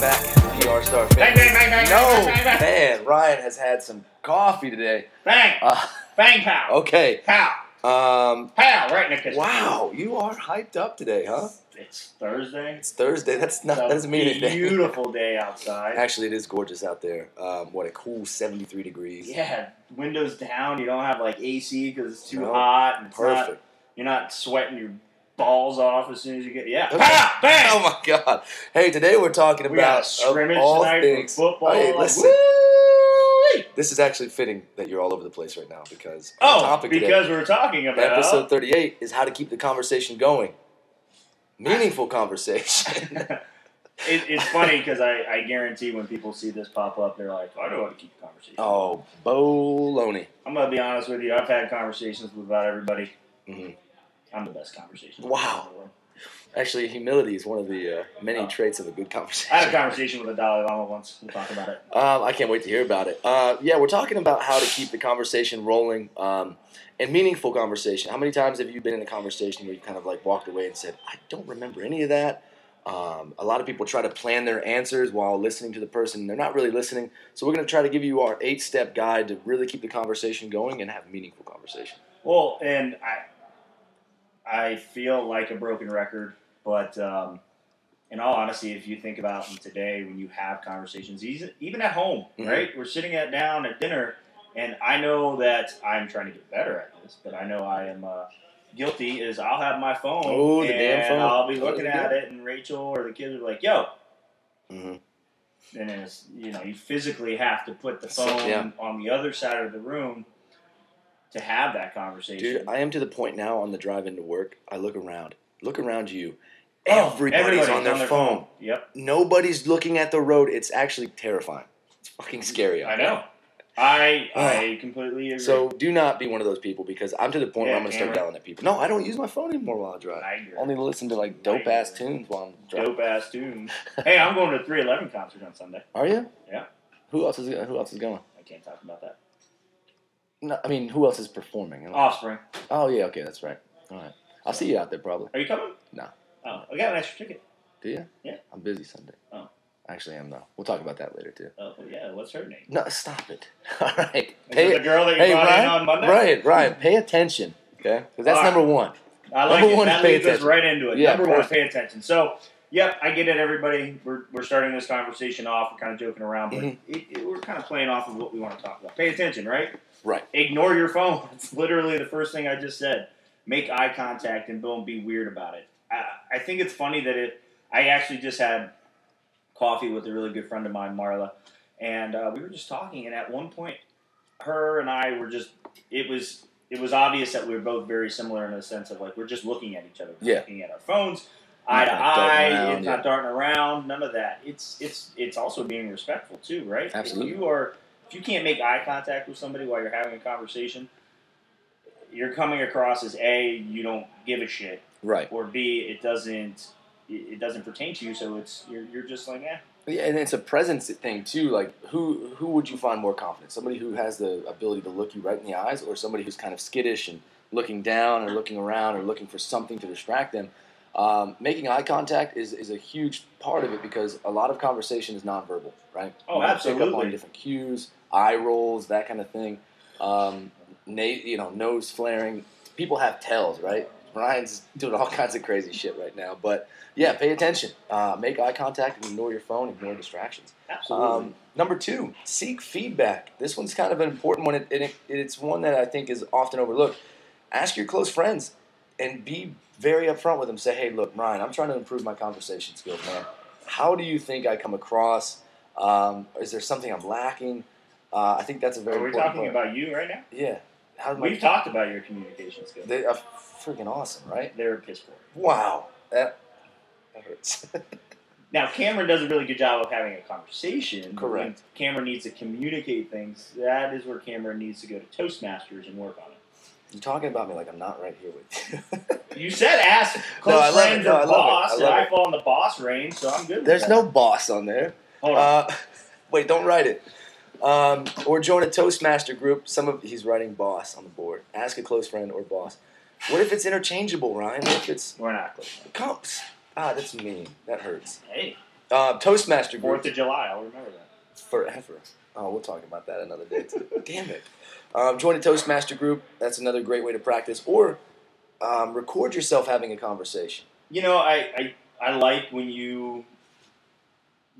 back, PR Star fans. Bang, bang, bang, bang, no, bang, bang, bang, man, Ryan has had some coffee today. Bang! Uh, Bang pow! okay. Pow! Um, Pow! Right in the kiss. wow, you are hyped up today, huh? It's Thursday. It's Thursday. That's not. It's a That doesn't mean anything. Beautiful day outside. Actually, it is gorgeous out there. Um, what a cool 73 degrees. Yeah, windows down. You don't have like AC because it's too No. hot. And it's Perfect. Not, you're not sweating your balls off as soon as you get. Yeah. Okay. Pow! Bang! Oh my God! Hey, today we're talking We got a about scrimmage of all tonight for things. football. Hey, listen. Woo-wee! This is actually fitting that you're all over the place right now because our Oh, topic today, because we're talking about episode 38, is how to keep the conversation going. Meaningful conversation. it, it's funny because I, I guarantee when people see this pop up, they're like, I know how to keep the conversation. oh, bologna. I'm gonna be honest with you. I've had conversations with about everybody. Mhm. I'm the best conversation. Wow. Actually, humility is one of the uh, many Oh. traits of a good I had a conversation. conversation with a Dalai Lama once. We'll talk about it. Um, I can't wait to hear about it. Uh, yeah, we're talking about how to keep the conversation rolling um, and meaningful conversation. How many times have you been in a conversation where you kind of like walked away and said, I don't remember any of that? Um, a lot of people try to plan their answers while listening to the person. They're not really listening. So we're going to try to give you our eight step guide to really keep the conversation going and have meaningful conversation. Well, and I, I feel like a broken record, but um, in all honesty, if you think about them today, when you have conversations, eas- even at home, Mhm. right? We're sitting at down at dinner, and I know that I'm trying to get better at this, but I know I am. Uh, Guilty is I'll have my phone Oh, the and damn phone. Oh, I'll be Totally looking at it, and Rachel or the kids are like, "Yo, Mm-hmm. and then it's you know you physically have to put the phone Yeah. on the other side of the room to have that conversation. Dude, I am to the point now on the drive into work. I look around, look around you. Oh, Everybody's, on their, phone. Yep, nobody's looking at the road. It's actually terrifying. It's fucking scary. out I there. know. I Ah. I completely agree. So do not be one of those people because I'm to the point Yeah, where I'm gonna start camera. yelling at people. No, I don't use my phone anymore while I drive. I agree. Only listen to like dope ass tunes while I'm driving. dope ass tunes. hey, I'm going to the 311 concert on Sunday. Are you? Yeah. Who else is Who else is going? I can't talk about that. No, I mean, who else is performing? Oh, Offspring, yeah, okay, that's right. All right, I'll see you out there probably. are you coming? No. Oh, I got an extra ticket. Do you? Yeah. I'm busy Sunday. Oh. Actually, I'm though. We'll talk about that later too. Oh yeah, what's her name? No, stop it. All right. Is Pay it the girl that you Hey, brought in Ryan, on Monday? Right, right. Pay attention. Okay, because that's All right. number one. I like Number it. one is that pay leads us attention. right into it. Yeah, Number one, perfect. pay attention. So, yep, I get it, everybody. We're, we're starting this conversation off. We're kind of joking around, but Mhm. it, it- we're kind of playing off of what we want to talk about. Pay attention, right? Right. Ignore your phone. It's literally the first thing I just said. Make eye contact and don't be weird about it. I, I think it's funny that it. I actually just had coffee with a really good friend of mine, Marla, and uh, we were just talking. And at one point, her and I were just. It was it was obvious that we were both very similar in the sense of like we're just looking at each other, We're Yeah. looking at our phones, eye to Not darting eye. around, it's yeah. not darting around. None of that. It's it's it's also being respectful too, right? If Absolutely. you are if you can't make eye contact with somebody while you're having a conversation, you're coming across as a you don't give a shit, Right. or b it doesn't it it doesn't pertain to you. So it's you're, you're just like eh. Yeah, and it's a presence thing too. Like, who who would you find more confident? Somebody who has the ability to look you right in the eyes, or somebody who's kind of skittish and looking down or looking around or looking for something to distract them. Um, making eye contact is, is a huge part of it because a lot of conversation is nonverbal, right? Oh, You Pick up absolutely. on different cues, eye rolls, that kind of thing. Um, na- you know, nose flaring. People have tells, right? Ryan's doing all kinds of crazy shit right now, but yeah, pay attention. Uh, make eye contact and ignore your phone, ignore distractions. Absolutely. Um, number two, seek feedback. This one's kind of an important one, and and it, it's one that I think is often overlooked. Ask your close friends and be very upfront with them. Say, hey, look, Ryan, I'm trying to improve my conversation skills, man. How do you think I come across? Um, is there something I'm lacking? Uh, I think that's a very Are we important talking part. about you right now? Yeah. How do We've I, talked about your communication skills. they are freaking awesome, right? They're piss poor. Wow. That, that hurts. Now Cameron does a really good job of having a conversation. but when Correct. Cameron needs to communicate things. That is where Cameron needs to go to Toastmasters and work on it. You're talking about me like I'm not right here with you. You said ask close No, I love it. friends No, I or love it. I boss, and love I it. fall in the boss range, so I'm good. with There's that. no boss on there. Hold on. Uh, wait, don't write it. Um, or join a Toastmaster group. Some of he's writing boss on the board. Ask a close friend or boss. What if it's interchangeable, Ryan? What if it's We're not close. comps? Ah, that's mean. That hurts. Hey, Uh, Toastmaster Fourth of group July. I'll remember that. forever. Oh, we'll talk about that another day. Too. Damn it. Um, join a Toastmaster group. That's another great way to practice. Or um, record yourself having a conversation. You know, I, I, I like when you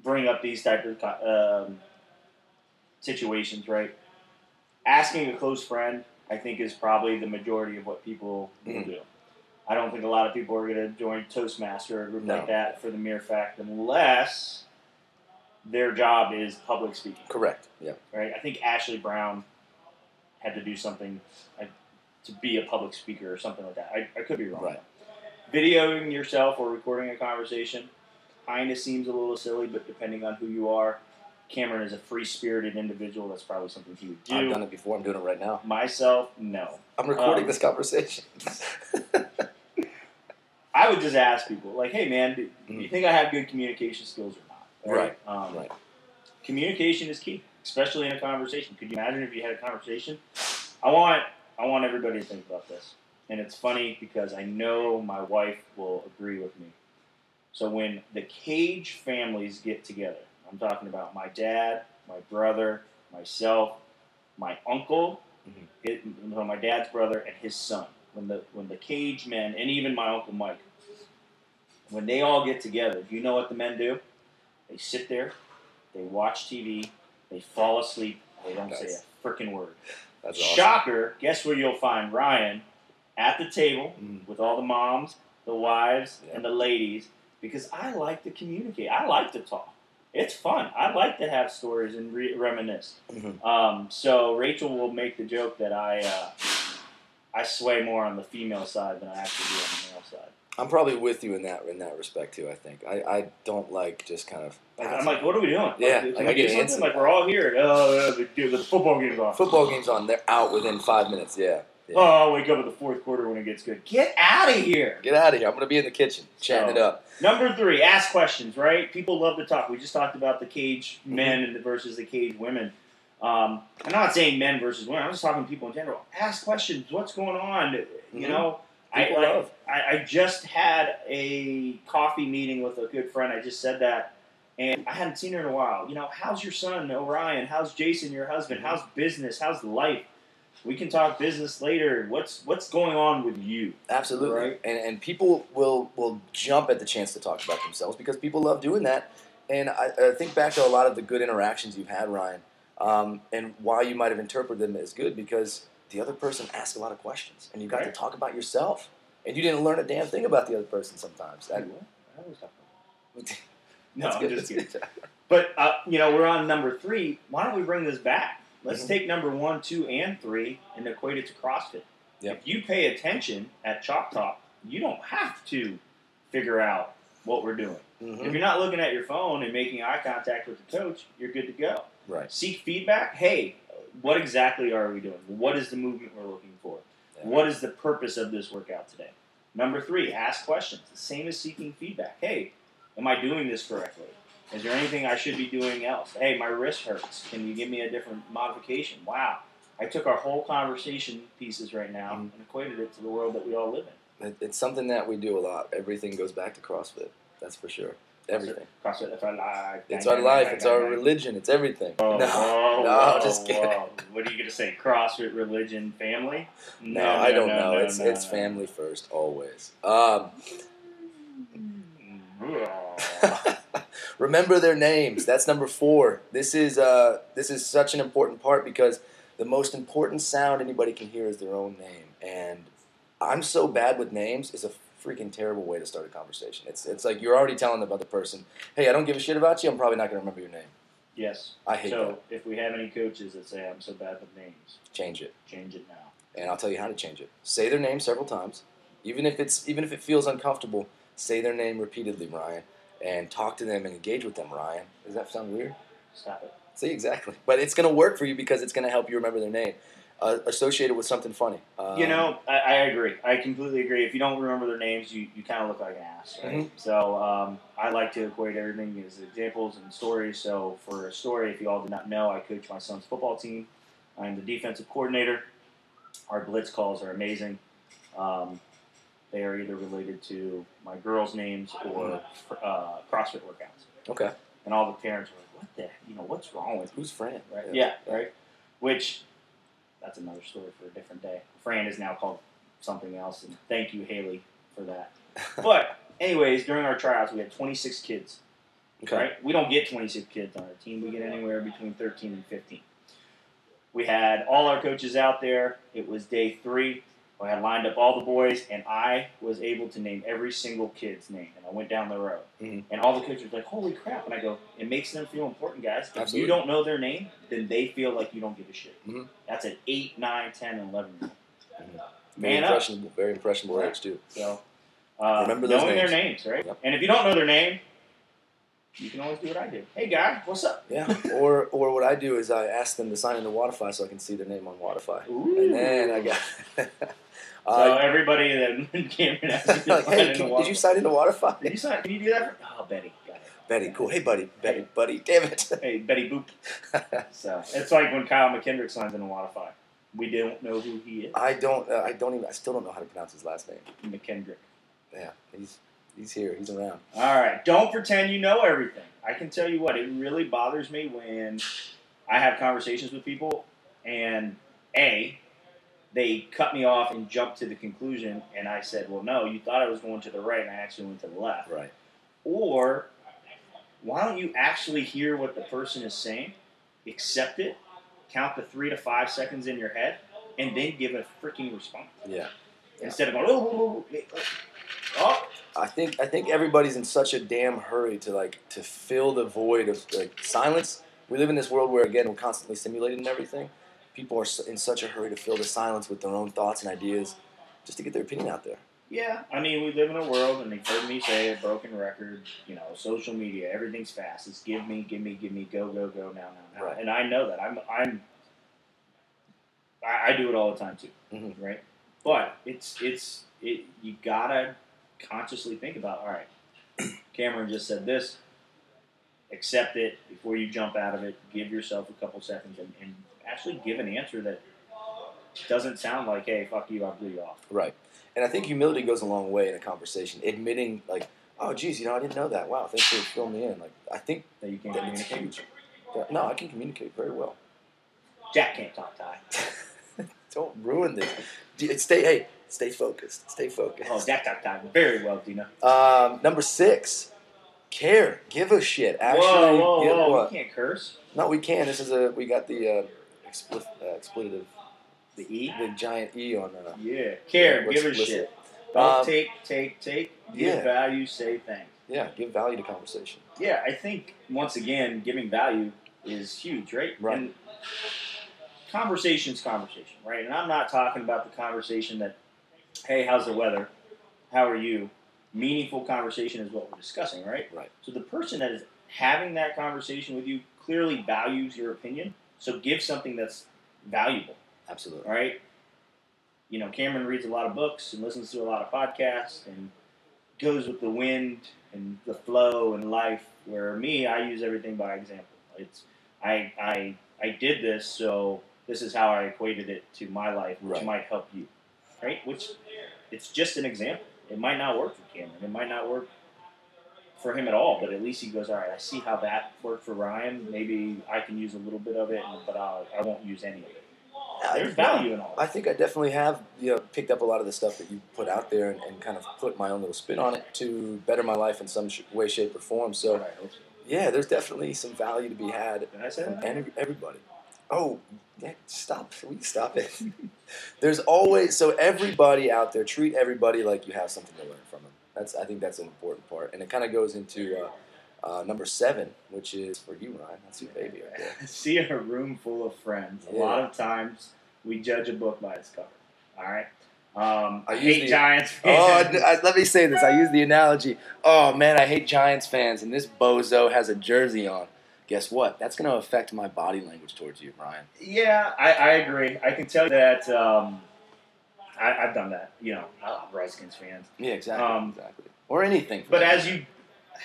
bring up these type of co- um, situations, right? Asking a close friend, I think, is probably the majority of what people will Mhm. do. I don't think a lot of people are going to join Toastmaster or a group No. like that for the mere fact, unless their job is public speaking, Correct. Yeah. right? I think Ashley Brown had to do something like, to be a public speaker or something like that. I, I could be wrong Right. videoing yourself or recording a conversation kind of seems a little silly, but depending on who you are, Cameron is a free spirited individual. That's probably something he would I've do. done it before. I'm doing it right now. Myself, no. I'm recording Um, this conversation. I would just ask people, like, hey, man, do, do you Mhm. think I have good communication skills or not? Um, Right. Communication is key, especially in a conversation. Could you imagine if you had a conversation? I want, I want everybody to think about this. And it's funny because I know my wife will agree with me. So when the Cage families get together, I'm talking about my dad, my brother, myself, my uncle, Mhm. his- no, my dad's brother, and his son. When the when the Cage men and even my uncle Mike, when they all get together, do you know what the men do? They sit there, they watch TV, they fall asleep, they don't say Nice. a freaking word. That's awesome. Shocker! Guess where you'll find Ryan at the table Mm. with all the moms, the wives, Yeah. and the ladies because I like to communicate. I like to talk. It's fun. I like to have stories and re- reminisce. Mhm. Um, so Rachel will make the joke that I uh, I sway more on the female side than I actually do on the male side. I'm probably with you in that in that respect too. I think I, I don't like just kind of Like, I'm like, what are we doing? Yeah, like, like, can I we do get something? antsy. Like we're all here. Oh, the, the football game's on. football games on. They're out within five minutes. Yeah, yeah. Oh, I'll wake up in the fourth quarter when it gets good. Get out of here. Get out of here. I'm gonna be in the kitchen chatting it up. Number three, ask questions, right? People love to talk. We just talked about the cage Mm-hmm. men and the versus the cage women. Um, I'm not saying men versus women. I'm just talking people in general. Ask questions. What's going on? You Mhm. know, I, People like, love. I, I just had a coffee meeting with a good friend. I just said that, and I hadn't seen her in a while. You know, how's your son, Orion? How's Jason, your husband? Mm-hmm. How's business? How's life? We can talk business later. What's what's going on with you? Absolutely. Right. And and people will will jump at the chance to talk about themselves because people love doing that. And I, I think back to a lot of the good interactions you've had, Ryan, um, and why you might have interpreted them as good because the other person asked a lot of questions and you got to Right. talk about yourself. And you didn't learn a damn thing about the other person sometimes. That, No, that's I'm good. just kidding. That's good. But uh, you know, we're on number three. Why don't we bring this back? Let's Mhm. take number one, two, and three and equate it to CrossFit. Yep. If you pay attention at Chalk Talk, you don't have to figure out what we're doing. If Mhm. you're not looking at your phone and making eye contact with the coach, you're good to go. Right. Seek feedback. Hey, what exactly are we doing? What is the movement we're looking for? Yeah. What is the purpose of this workout today? Number three, ask questions. The same as seeking feedback. Hey, am I doing this correctly? Is there anything I should be doing else? Hey, my wrist hurts. Can you give me a different modification? Wow. I took our whole conversation pieces right now Mm-hmm. and equated it to the world that we all live in. It- It's something that we do a lot. Everything goes back to CrossFit. That's for sure. Everything. CrossFit, that's our life. It's our life. It's our religion. It's everything. Oh, No, whoa, no, whoa, just kidding. whoa. What are you going to say? CrossFit, religion, family? no, I don't no, know. no, it's no, it's no. family first always. Um, remember their names. That's number four. This is uh, this is such an important part because the most important sound anybody can hear is their own name. And I'm so bad with names is a freaking terrible way to start a conversation. It's it's like you're already telling the other person, hey, I don't give a shit about you. I'm probably not gonna remember your name. Yes. I hate So if we have any coaches that say I'm so bad with names, that. Change it. change it now. and I'll tell you how to change it. Say their name several times, even if it's even if it feels uncomfortable. Say their name repeatedly, Ryan, and talk to them and engage with them, Ryan. Does that sound weird? Stop it. See, exactly. But it's going to work for you because it's going to help you remember their name, uh, associated with something funny. Um, you know, I, I agree. I completely agree. If you don't remember their names, you, you kind of look like an ass. Right? Mhm. So um, I like to equate everything as examples and stories. So for a story, if you all did not know, I coach my son's football team. I'm the defensive coordinator. Our blitz calls are amazing. Um, They are either related to my girls' names or uh, CrossFit workouts. Okay. And all the parents were like, "What the? You know, what's wrong with Who's Fran? Right. Yeah. Right. Which that's another story for a different day. Fran is now called something else, and thank you, Haley, for that. but anyways, during our tryouts, we had 26 kids. Okay. Right. We don't get 26 kids on our team. We get anywhere between 13 and 15. We had all our coaches out there. It was day three. I had lined up all the boys, and I was able to name every single kid's name. And I went down the row, Mhm. and all the coaches were like, "Holy crap!" And I go, "It makes them feel important, guys. If Absolutely. you don't know their name, then they feel like you don't give a shit." Mhm. That's an eight, nine, ten, and eleven. Year old. Very Man up. impressionable. Very impressionable Right. age too. So uh, Remember those knowing their names, right? Yep. And if you don't know their name, you can always do what I do. Hey, guy, what's up? Yeah. or or what I do is I ask them to sign into Waterfy so I can see their name on Waterfy, Ooh. and then I got. So Uh, everybody that came and asked me to like, sign hey, in the can, walk- did you sign into Waterfy? Did you sign? Can you do that? For, oh, Betty. Got it. Betty, cool. Hey, buddy. Betty, buddy. Damn it. Hey, Betty Boop. So it's like when Kyle McKendrick signs in a Watify. We don't know who he is. I don't. Uh, I don't even. I still don't know how to pronounce his last name. McKendrick. Yeah, he's he's here. He's around. All right. Don't pretend you know everything. I can tell you what, it really bothers me when I have conversations with people and A, they cut me off and jump to the conclusion, and I said, Well, no, you thought I was going to the right, and I actually went to the left. Right. Or why don't you actually hear what the person is saying, accept it, count the three to five seconds in your head, and then give a freaking response Yeah. instead of going, oh, oh, oh, oh, oh, I think I think everybody's in such a damn hurry to like to fill the void of like silence. We live in this world where again we're constantly stimulated and everything. People are s- in such a hurry to fill the silence with their own thoughts and ideas, just to get their opinion out there. Yeah, I mean, we live in a world, and they've heard me say it, broken record, you know, social media, everything's fast. It's give me, give me, give me, go, go, go, now, now, now. Right. And I know that. I'm, I'm, I, I do it all the time too, Mhm. right? But it's, it's, it. You gotta consciously think about. All right, Cameron just said this. Accept it before you jump out of it. Give yourself a couple seconds and, and actually give an answer that doesn't sound like, "Hey, fuck you, I blew you off." Right. And I think humility goes a long way in a conversation. Admitting like, oh geez, you know I didn't know that. Wow, thanks for filling me in. Like I think That you can't that it's huge. communicate. Yeah, No, I can communicate very well. Jack can't talk Ty. Don't ruin this. D- Stay hey, stay focused. Stay focused. Oh, Jack talked Ty very well, Dina. Um, number six, care. Give a shit. Actually, whoa, whoa, give whoa! a- You can't curse. No, we can. This is a. We got the uh, expli- uh, expletive, The E. the giant E on. Uh, Yeah. Care. what's give a explicit. shit. Don't Um, take, take, take. Give yeah. value. Say thanks. Yeah, give value to conversation. Yeah, I think once again, giving value is huge, right? Right. And conversation's conversation, right? And I'm not talking about the conversation that, hey, how's the weather? How are you? Meaningful conversation is what we're discussing, right? Right. So the person that is having that conversation with you clearly values your opinion. So give something that's valuable, Absolutely. all right? You know, Cameron reads a lot of books and listens to a lot of podcasts and goes with the wind and the flow and life. Where me, I use everything by example. It's I I I did this, so this is how I equated it to my life, which Right. might help you, right? Which it's just an example. It might not work for Cameron. It might not work for him at all. But at least he goes, all right. I see how that worked for Ryan. Maybe I can use a little bit of it, but I'll, I won't use any of it. I- There's value in all I that. think I definitely have you know picked up a lot of the stuff that you put out there and, and kind of put my own little spin on it to better my life in some sh- way, shape, or form. All So right, hope so. yeah, there's definitely some value to be had Did I say from that? any- everybody. Oh, yeah, stop! We stop it. There's always so everybody out there treat everybody like you have something to learn from them. That's I think that's an important part, and it kind of goes into uh, uh, number seven, which is for you, Ryan. That's your baby. Right there. see a room full of friends. A Yeah. lot of times we judge a book by its cover. All right. Um, I I usually- hate Giants Oh, fans. I- I- let me say this. I use the analogy. Oh man, I hate Giants fans, and this bozo has a jersey on. Guess what? That's going to affect my body language towards you, Ryan. yeah, I, I agree. I can tell you that um, I, I've done that. You know, I love Redskins fans. Yeah, exactly, Um, exactly. Or anything. for But that as you,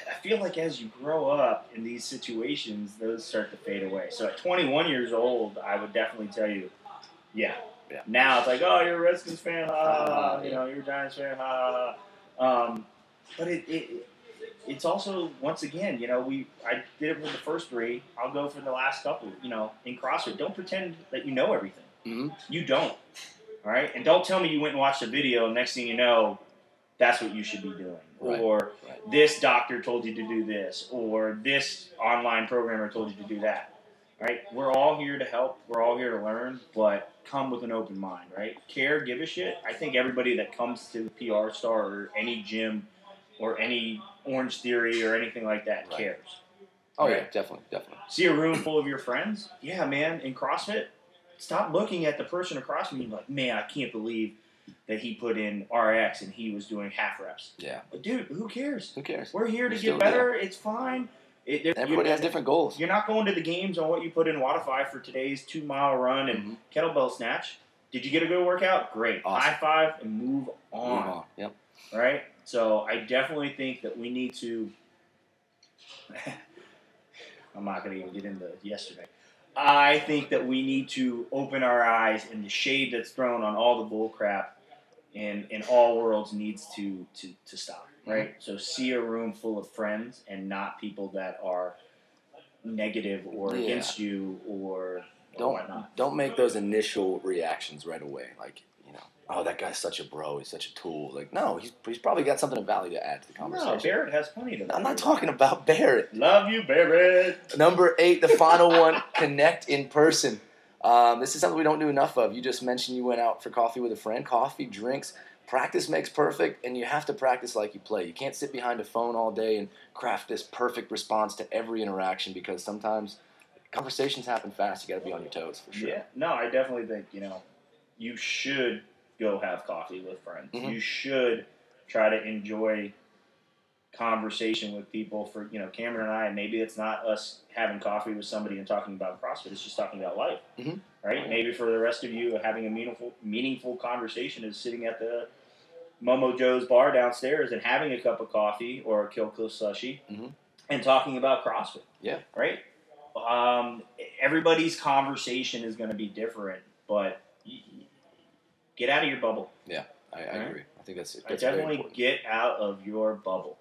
I feel like as you grow up in these situations, those start to fade away. So at 21 years old, I would definitely tell you, yeah, Yeah. Now it's like, oh, you're a Redskins fan, ha, ha, ha, Ah, you yeah. know, you're a Giants fan, ha, ha, ha. Um, but it, it it's also once again, you know, we I did it with the first three. I'll go for the last couple. You know, in CrossFit, don't pretend that you know everything. Mm-hmm. Mhm. You don't. All right, and don't tell me you went and watched a video. and Next thing you know, that's what you should be doing, Right. or Right. this doctor told you to do this, or this online programmer told you to do that. Right? We're all here to help. We're all here to learn, but come with an open mind. Right? Care, give a shit. I think everybody that comes to PR Star or any gym or any Orange Theory or anything like that Right. cares. Oh yeah, Right. definitely, definitely. See a room full of your friends? Yeah, man. In CrossFit, stop looking at the person across from you like, man, I can't believe that he put in RX and he was doing half reps. Yeah. But dude, who cares? Who cares? We're here to get We're still better. It's fine. It, there- Everybody you're, has different goals. You're not going to the games on what you put in Wattify for today's two mile run Mm-hmm. and Mhm. kettlebell snatch. Did you get a good workout? Great. Awesome. High five and move on. Move on. Yep. Right? So I definitely think that we need to. I'm not going to even get into yesterday. I think that we need to open our eyes, and the shade that's thrown on all the bull crap in, in all worlds needs to, to, to stop, Mm-hmm. right? So see a room full of friends and not people that are negative or Yeah. against you or, or Don't whatnot. don't make those initial reactions right away. Like you know, oh that guy's such a bro. He's such a tool. Like no, he's he's probably got something of value to add to the No, conversation. Barrett has plenty of I'm not talking about Barrett. Love you, Barrett. Number eight, the final one, connect in person. Um, this is something we don't do enough of. You just mentioned you went out for coffee with a friend. Coffee, drinks, practice makes perfect, and you have to practice like you play. You can't sit behind a phone all day and craft this perfect response to every interaction because sometimes conversations happen fast. You got to be on your toes for sure. Yeah. No, I definitely think, you know, you should go have coffee with friends. Mhm. You should try to enjoy conversation with people for, you know, Cameron and I, maybe it's not us having coffee with somebody and talking about CrossFit, it's just talking about life. Mhm. Right? Maybe for the rest of you having a meaningful meaningful conversation is sitting at the Momo Joe's bar downstairs and having a cup of coffee or a Kill Kill slushie Mhm. and talking about CrossFit. Yeah. Right? Um, everybody's conversation is going to be different, but y- y- get out of your bubble. I, I Alright. agree. I think that's, I that's very definitely important. get out of your bubble.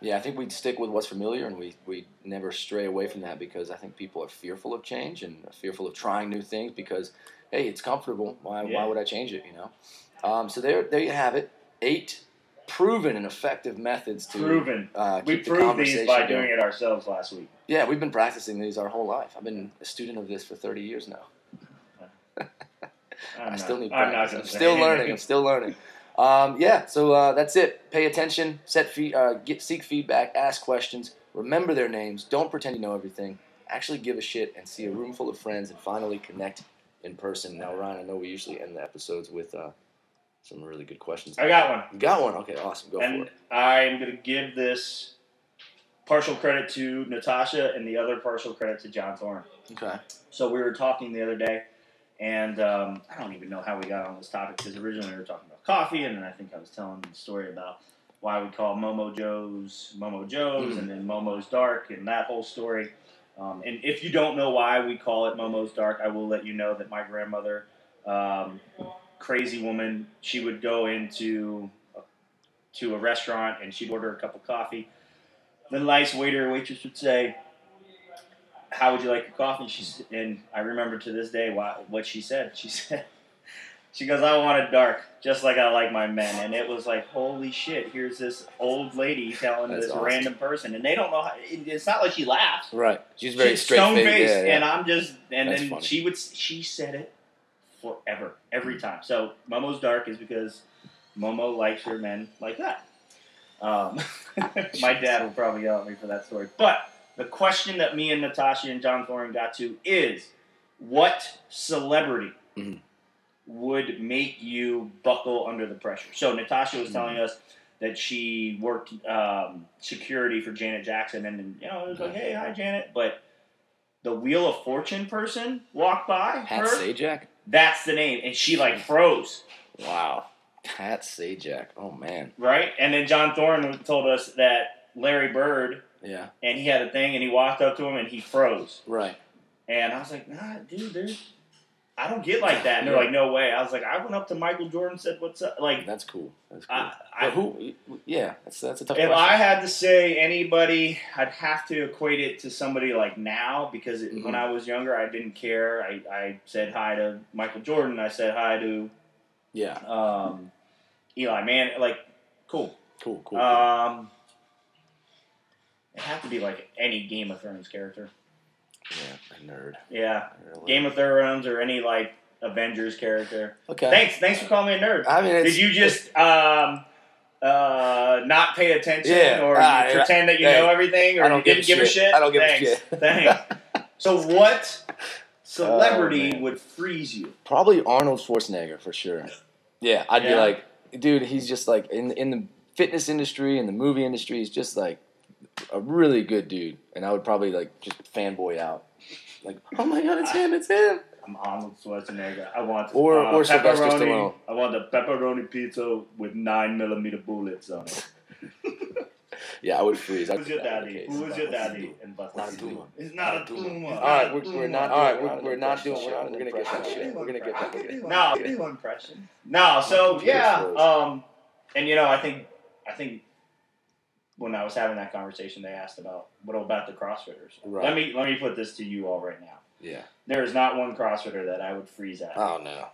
Yeah, I think we stick with what's familiar and we, we never stray away from that because I think people are fearful of change and fearful of trying new things because, hey, it's comfortable. Why, Yeah. why would I change it, you know? Um, so there, there you have it. Eight proven and effective methods to Proven. uh, We keep the proved conversation these by going. doing it ourselves last week. Yeah, we've been practicing these our whole life. I've been a student of this for 30 years now. I'm i not- still need I'm not practice. gonna I'm say still anything. learning. I'm still learning. Um, yeah, so uh, that's it. Pay attention, set fee- uh, get seek feedback, ask questions, remember their names. Don't pretend you know everything. Actually, give a shit and see a room full of friends and finally connect in person. Now, Ryan, I know we usually end the episodes with uh, some really good questions. I got one. You got one? Okay, awesome. Go for and it. I am going to give this partial credit to Natasha and the other partial credit to John Thorne. Okay. So we were talking the other day, and um, I don't even know how we got on this topic because originally we were talking about coffee, and then I think I was telling the story about why we call Momo Joe's Momo Joe's, and then Momo's Dark, and that whole story. Um, and if you don't know why we call it Momo's Dark, I will let you know that my grandmother, um, crazy woman, she would go into to a restaurant and she'd order a cup of coffee. The nice waiter or waitress would say, how would you like your coffee? And she's and I remember to this day why, what she said. She said, she goes, I want it dark, just like I like my men. And it was like, holy shit! Here's this old lady telling That's this awesome. random person, and they don't know. How, it- it's not like she laughs. Right. She's very She's straight faced. stone-faced, Yeah, yeah. and I'm just and That's then funny. Mm. she would she said it forever every time. So Momo's dark is because Momo likes her men like that. Um, my dad will probably yell at me for that story. But the question that me and Natasha and John Thorne got to is what celebrity Mhm. would make you buckle under the pressure? So Natasha Mm. was telling us that she worked um, security for Janet Jackson, and, then you know it was like, hey, hi, Janet. But the Wheel of Fortune person walked by Pat her. Sajak? That's the name, and she like froze, Wow. Pat Sajak. Oh, man. right? And then John Thorne told us that Larry Bird, Yeah. and he had a thing, and he walked up to him, and he froze. Right. And I was like, Nah, dude, there's I don't get like that. And they're Yeah. like, no way. I was like, I went up to Michael Jordan, said, what's up? Like, That's cool. That's cool. I, But I, who? Yeah, that's that's a tough if question. I had to say anybody, I'd have to equate it to somebody like now because it, Mm-hmm. when I was younger, I didn't care. I, I said hi to Michael Jordan. I said hi to yeah, um, Eli Man. Like, cool. cool, cool. Um, it had to be like any Game of Thrones character. yeah, a nerd. Yeah, You're a Game little- of Thrones or any like Avengers character. okay. Thanks, thanks for calling me a nerd. I mean, it's, Did you just um, uh, not pay attention Yeah, or ah, you yeah. pretend that you Hey, know everything or I don't you didn't give a shit. I don't give a thanks. shit. thanks. So what celebrity Oh, man. would freeze you? Probably Arnold Schwarzenegger for sure. Yeah, I'd be Yeah. like, dude, he's just like in in the fitness industry and the movie industry. He's just like a really good dude, and I would probably like just fanboy out, like, oh my god, it's him, it's him. I'm Arnold Schwarzenegger. I want Or- uh, or Sylvester pepperoni. Stallone. I want a pepperoni pizza with nine millimeter bullets on it. Yeah, I would freeze. I'd Who's your put that in daddy? the case. Who's your daddy? And bust Not a his Puma. Puma. It's not Mm. a Not a Puma. Puma. All right, we're, we're not. All right, we're, we're not doing. We're, not, we're gonna get that shit. We're gonna get I that. could do Shit. one. No. I could do one impression. No, so Computer yeah, froze. um, and you know, I think, I think, when I was having that conversation, they asked about what about the CrossFitters. Right. Let me let me put this to you all right now. Yeah. There is not one CrossFitter that I would freeze at. Oh no.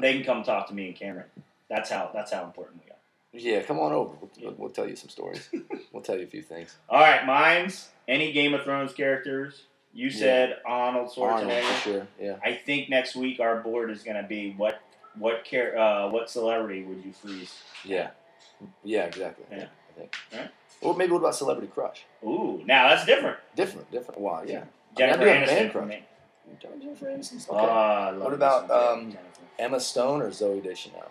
They can come talk to me and Cameron. That's how that's how important we are. Yeah, come on over. We'll, we'll tell you some stories. we'll tell you a few things. All right, mine's any Game of Thrones characters. You Yeah. said Arnold Schwarzenegger. Arnold for sure. Yeah. I think next week our board is going to be what what care uh, what celebrity would you freeze? Yeah. Yeah, exactly. Yeah. I think. Alright. Or maybe what about Celebrity Crush? Ooh, now that's different. Different, different. Why? Yeah. I mean, I'd Jennifer be on Man Aniston for Crush. me. Jennifer Aniston's- Oh, Okay. I love What this about, one, um, Jennifer. Uh, Emma Stone or Zoe Deschanel?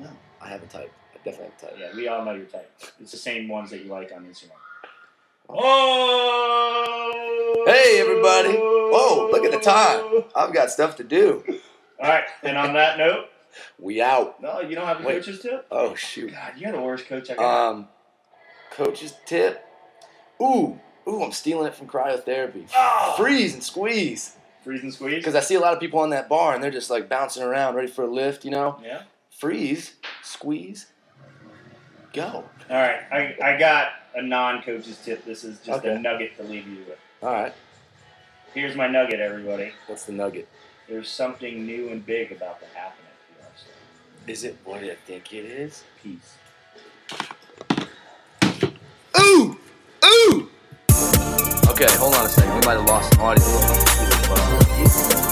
No. I have a type. I definitely have a type. Yeah, we all know your type. It's the same ones that you like on Instagram. Oh! Hey, everybody. Whoa, look at the time. I've got stuff to do. All right, and on that note, We out. no, you don't have a Wait. coach's tip. Oh shoot. God, you're the worst coach I got. Um, coach's tip. Ooh, ooh, I'm stealing it from cryotherapy. oh, Freeze and squeeze. freeze and squeeze. Because I see a lot of people on that bar and they're just like bouncing around, ready for a lift. You know, Yeah. freeze, squeeze, go. All right, I, I got a non-coach's tip. This is just a Okay. nugget to leave you with. All right, Here's my nugget, everybody. what's the nugget? There's something new and big about the happening. PR stuff. Is it what I think it is? Peace. Ooh! Ooh! Okay, hold on a second. We might have lost audio.